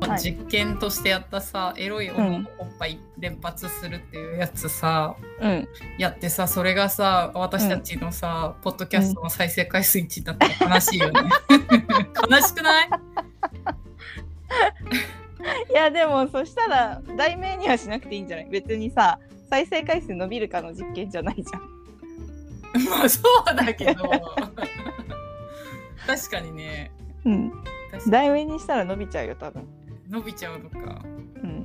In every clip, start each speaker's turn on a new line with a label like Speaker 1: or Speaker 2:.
Speaker 1: の実験としてやったさ、エロい女の子っぱい連発するっていうやつさ、
Speaker 2: うん、
Speaker 1: やってさそれがさ私たちのさ、ポッドキャストの再生回数1位だったら悲しいよね悲しくない
Speaker 2: いやでもそしたら題名にはしなくていいんじゃない別にさ再生回数伸びるかの実験じゃないじゃん
Speaker 1: まあそうだけど確かにね、
Speaker 2: うん
Speaker 1: 確かに
Speaker 2: 題名にしたら伸びちゃうよ多分
Speaker 1: 伸びちゃうのか
Speaker 2: うん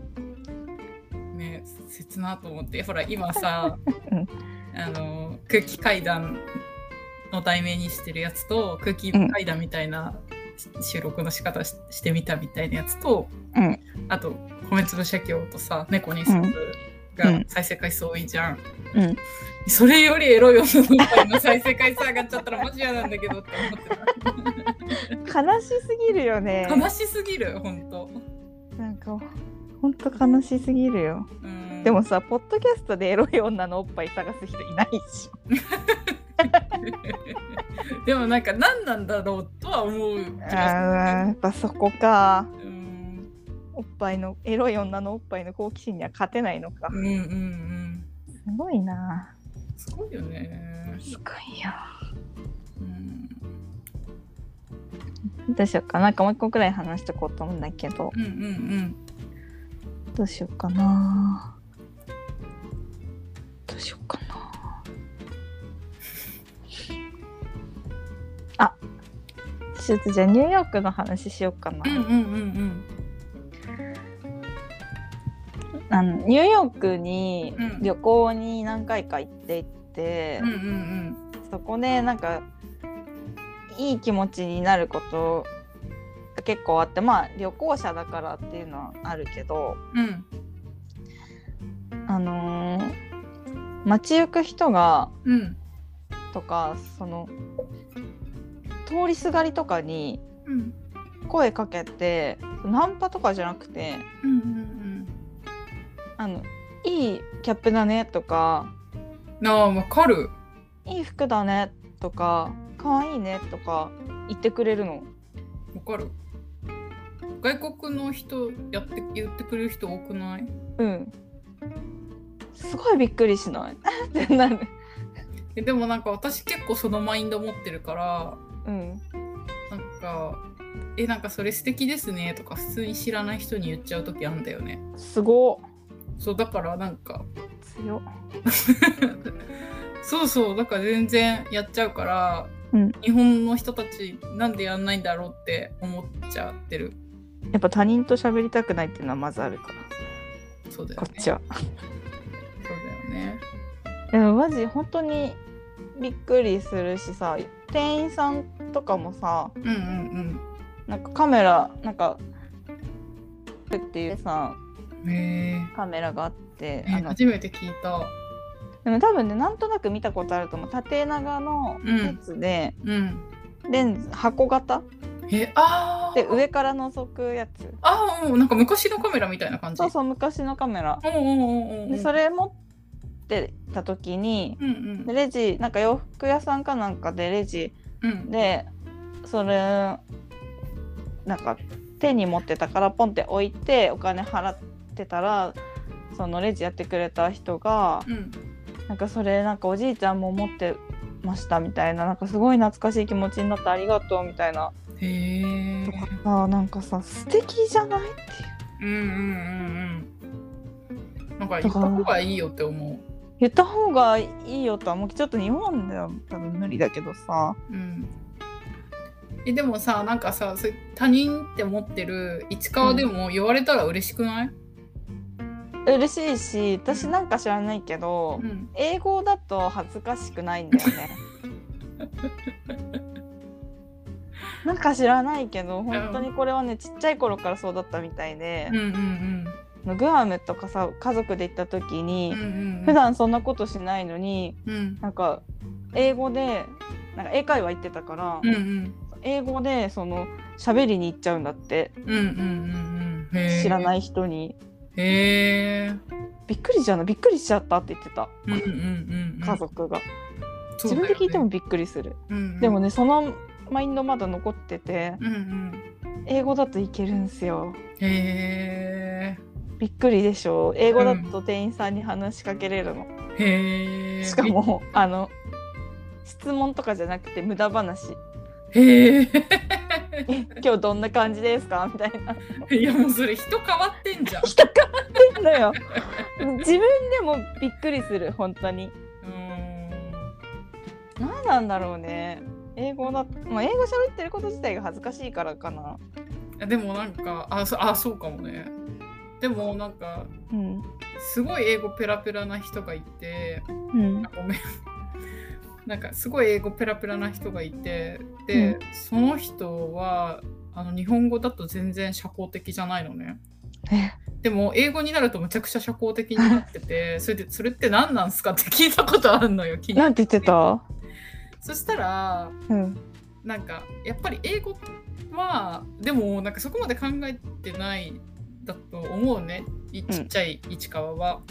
Speaker 1: ね切なと思ってほら今さ、
Speaker 2: うん
Speaker 1: あの空気階段の題名にしてるやつと空気階段みたいな収録の仕方ししてみたみたいなやつと、
Speaker 2: うん
Speaker 1: あと米粒社協とさ猫にす
Speaker 2: うんう
Speaker 1: が
Speaker 2: ん
Speaker 1: 再生回数多いじゃん、
Speaker 2: うん
Speaker 1: それよりエロい女の子の再生回数上がっちゃったらマジ嫌なんだけどって 思って
Speaker 2: 悲しすぎるよね
Speaker 1: た悲しすぎる本当
Speaker 2: なんかほんと悲しすぎるよ
Speaker 1: うん
Speaker 2: でもさポッドキャストでエロい女のおっぱい探す人いないし
Speaker 1: でもなんか何なんだろうとは思う気
Speaker 2: あ
Speaker 1: が
Speaker 2: ー
Speaker 1: する
Speaker 2: やっぱそこか
Speaker 1: うん
Speaker 2: おっぱいのエロい女のおっぱいの好奇心には勝てないのか
Speaker 1: うんうんうん
Speaker 2: すごいな
Speaker 1: すごいよね、
Speaker 2: すごいよ
Speaker 1: うん、
Speaker 2: どうしようかなんかもう一個くらい話しとこうと思うんだけど
Speaker 1: うんうん
Speaker 2: どうしようかなどうしようかなあちょっとじゃあニューヨークの話しようかな、
Speaker 1: うんうんうんうん
Speaker 2: あのニューヨークに
Speaker 1: うん
Speaker 2: 旅行に何回か行っていて、
Speaker 1: うんうん
Speaker 2: そこでなんかいい気持ちになることが結構あってまあ旅行者だからっていうのはあるけど、
Speaker 1: うんうん
Speaker 2: あのー街行く人が
Speaker 1: うん
Speaker 2: とかその通りすがりとかに
Speaker 1: うん
Speaker 2: 声かけてナンパとかじゃなくて
Speaker 1: うんうん
Speaker 2: 「あのいいキャップだね」とか
Speaker 1: うんああわかる
Speaker 2: 「いい服だね」とか「かわいいね」とか言ってくれるの。
Speaker 1: わかる外国の人やって言ってくれる人多くない
Speaker 2: うんすごいびっくりしない ってなる。
Speaker 1: えでもなんか私結構そのマインド持ってるから
Speaker 2: うん、
Speaker 1: なんか「えなんかそれ素敵ですね」とか普通に知らない人に言っちゃう時あんだよね
Speaker 2: すご
Speaker 1: そうだからなんか
Speaker 2: 強
Speaker 1: そうそうだから全然やっちゃうから、
Speaker 2: うん
Speaker 1: 日本の人たちなんでやんないんだろうって思っちゃってる
Speaker 2: やっぱ他人と喋りたくないっていうのはまずあるから
Speaker 1: そうだよ
Speaker 2: こ
Speaker 1: ね
Speaker 2: っちは。
Speaker 1: そうだよね
Speaker 2: いやマジ本当にびっくりするしさ店員さんとかもさ
Speaker 1: うんうん
Speaker 2: なんかカメラなんかっていうさ
Speaker 1: うんへ
Speaker 2: カメラがあって
Speaker 1: え
Speaker 2: あ
Speaker 1: え
Speaker 2: の
Speaker 1: 初めて聞いた
Speaker 2: でも多分ねなんとなく見たことあると思う縦長のやつで、
Speaker 1: うん
Speaker 2: レンズ箱型
Speaker 1: えあー
Speaker 2: で上から覗くやつ
Speaker 1: ああ、うんなんか昔のカメラみたいな感じ。
Speaker 2: そうそう昔のカメラ
Speaker 1: うんうんうんうん。
Speaker 2: でそれ持ってた時に
Speaker 1: うんうん
Speaker 2: でレジなんか洋服屋さんかなんかでレジ
Speaker 1: うん。
Speaker 2: でそれなんか手に持ってたからポンって置いてお金払ってたらそのレジやってくれた人が
Speaker 1: うん。
Speaker 2: なんかそれなんかおじいちゃんも持ってましたみたいななんかすごい懐かしい気持ちになってありがとうみたいな
Speaker 1: へえ。
Speaker 2: あーなんかさ素敵じゃないってい
Speaker 1: う
Speaker 2: う
Speaker 1: んうんうんうん。なんか言った方がいいよって思
Speaker 2: 言った方がいいよとはもうちょっと日本では多分無理だけどさ
Speaker 1: う。うん。えでもさなんかさそれ他人って思ってる市川でも言われたら嬉しくない？
Speaker 2: 嬉しいし私なんか知らないけど、
Speaker 1: うん。
Speaker 2: 英語だと恥ずかしくないんだ よね。なんか知らないけど本当にこれはねちっちゃい頃からそうだったみたいで
Speaker 1: うん、うん
Speaker 2: グアムとかさ家族で行った時
Speaker 1: うん。う
Speaker 2: に
Speaker 1: ん、うんうん。
Speaker 2: 普。段そんなことしないのに
Speaker 1: うん。
Speaker 2: なんか英語でなんか英会話行ってたから、
Speaker 1: うんうん
Speaker 2: 英語でその喋りに行っちゃうんだって
Speaker 1: うんうんうんうん。へえ。
Speaker 2: 知らないい人に。
Speaker 1: へえ。
Speaker 2: びっくりじゃないびっくりしちゃったって言ってた
Speaker 1: うんうんうんうん。
Speaker 2: 家族が、
Speaker 1: そう
Speaker 2: 自
Speaker 1: だよ
Speaker 2: 分
Speaker 1: ね
Speaker 2: で聞いても。びっくりする、
Speaker 1: うんうん
Speaker 2: でも。ねそのマインドまだ残ってて、
Speaker 1: うんうん。
Speaker 2: 英語だといけるんですよ
Speaker 1: へ
Speaker 2: びっくりでしょ英語だと店員さんに話しかけれるの、
Speaker 1: え。へえ。
Speaker 2: しか。もあの質問とかじゃなくて無駄話
Speaker 1: へえ。
Speaker 2: 「え今日どんな感じですか?」みたいない
Speaker 1: やもうそれ人変わってんじゃん。
Speaker 2: 人変わってんの よ自分でもびっくりする本当に
Speaker 1: うー
Speaker 2: 何なんだろうね英語だまあ英語喋ってること自体が恥ずかしいからかな、
Speaker 1: んでもなんかあそあそうかもね。でもなんか
Speaker 2: うん
Speaker 1: すごい英語ペラペラな人がいて
Speaker 2: うん、
Speaker 1: ごめん。なんかすごい英語ペラペラな人がいてで、
Speaker 2: う
Speaker 1: その人はあの日本語だと全然社交的じゃないのね。
Speaker 2: え
Speaker 1: でも英語になるとむちゃくちゃ社交的になっててそれでそれって何なんすかって聞いたことあるのよ聞い
Speaker 2: なんて言ってた、
Speaker 1: そしたら
Speaker 2: うん、
Speaker 1: なんかやっぱり英語はでもなんかそこまで考えてないだと思うねいちっちゃい市川は。
Speaker 2: うん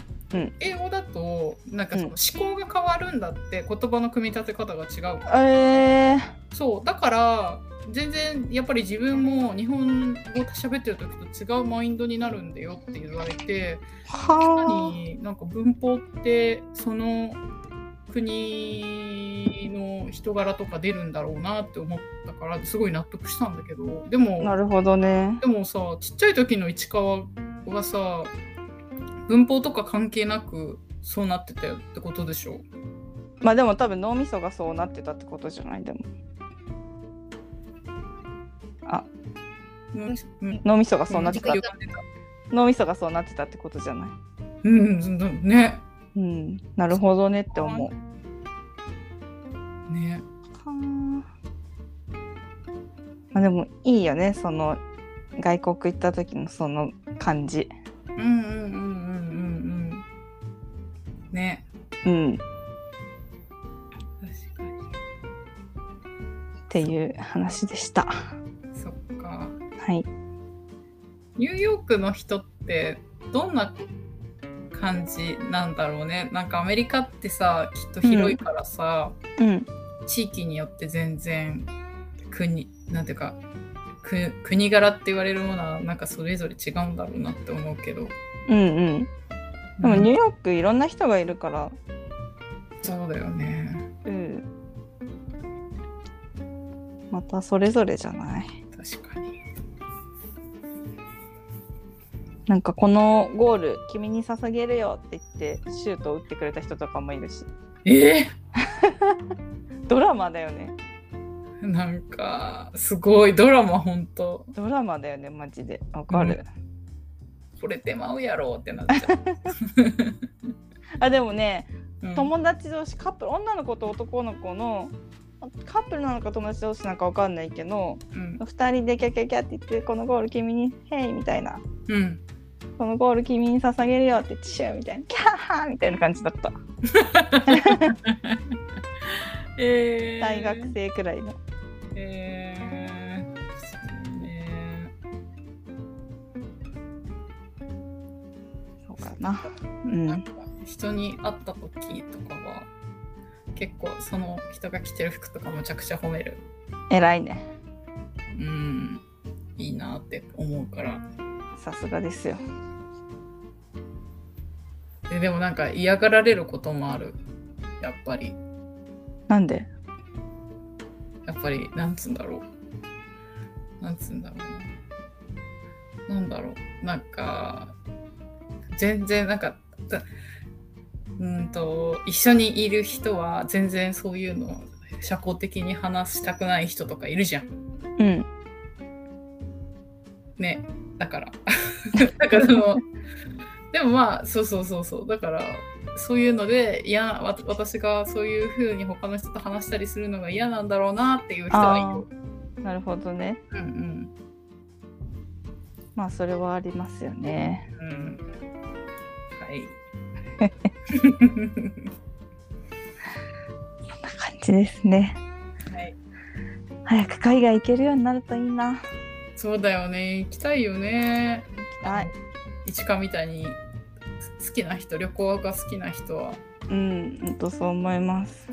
Speaker 1: 英語だとなんかその思考が変わるんだって言葉の組み立て方が違う
Speaker 2: えー、
Speaker 1: そうだから全然やっぱり自分も日本語喋ってる時と違うマインドになるんだよって言われて確か
Speaker 2: は
Speaker 1: になんか文法ってその国の人柄とか出るんだろうなって思ったからすごい納得したんだけどで
Speaker 2: あな
Speaker 1: も
Speaker 2: るほどね
Speaker 1: でもさちっちゃい時の市川はさ文法とか関係なくそうなってたよってことでしょ
Speaker 2: まあでも多分脳みそがそうなってたってことじゃないでも
Speaker 1: うんうん
Speaker 2: 脳みそがそうなってた
Speaker 1: よく出た
Speaker 2: 脳みそがそうなってたってことじゃない
Speaker 1: うんうんね
Speaker 2: うんなるほどねって思う
Speaker 1: ね
Speaker 2: まあでもいいよねその外国行った時のその感じ
Speaker 1: うんうんうんうんうんうんね
Speaker 2: うんっ
Speaker 1: 確かに
Speaker 2: ていう話でした
Speaker 1: そっか
Speaker 2: はい
Speaker 1: ニューヨークの人ってどんな感じなんだろうねなんかアメリカってさきっと広いからさ、
Speaker 2: うん
Speaker 1: 地域によって全然国なんていうかく国柄って言われるものはなんかそれぞれ違うんだろうなって思うけど
Speaker 2: うんうんでもニ
Speaker 1: うん
Speaker 2: ューヨークいろんな人がいるから
Speaker 1: そうだよね
Speaker 2: うんまたそれぞれじゃない
Speaker 1: 確かに
Speaker 2: なんかこのゴール君に捧げるよって言ってシュートを打ってくれた人とかもいるし
Speaker 1: え
Speaker 2: ドラマだよね
Speaker 1: ー、なんかすごいドラマほんと
Speaker 2: ドラマだよねマジでわかる、
Speaker 1: これてまうやろってなっち ゃう
Speaker 2: あでもね
Speaker 1: うん。
Speaker 2: 友達同士カップル女の子と男の子のカップルなのか友達同士なのかわかんないけど
Speaker 1: うん
Speaker 2: 2人でキャキャキャって言って「このゴール君にヘイ」みたいな
Speaker 1: うん
Speaker 2: 「このゴール君に捧げるよ」って言って「シュー」みたいな「キャーハー」みたいな感じだった
Speaker 1: えー、
Speaker 2: 大学生くらいの
Speaker 1: えーそうね
Speaker 2: そうかなうん
Speaker 1: なんか人に会った時とかは結構その人が着てる服とかむちゃくちゃ褒める
Speaker 2: 偉いね
Speaker 1: うんいいなって思うから
Speaker 2: さすがですよ
Speaker 1: ででもなんか嫌がられることもあるやっぱり
Speaker 2: なんで
Speaker 1: やっぱりなんつうんだろうなんつうんだろうななんだろうなんか全然なんかたうーんと一緒にいる人は全然そういうの社交的に話したくない人とかいるじゃん
Speaker 2: うん
Speaker 1: ねだから だからそのでもまあそうそうそうそうだからそういうのでいやわ私がそういうふうに他の人と話したりするのが嫌なんだろうなっていう人はいる
Speaker 2: あーなるほどね
Speaker 1: うんうん
Speaker 2: まあそれはありますよね
Speaker 1: うんはい。
Speaker 2: こんな感じですね
Speaker 1: はい、
Speaker 2: 早く海外行けるようになるといいな
Speaker 1: そうだよね。行きたいよね。
Speaker 2: 行きたい
Speaker 1: いちかみたいに好きな人、旅行が好きな人は。
Speaker 2: うんほんとそう思います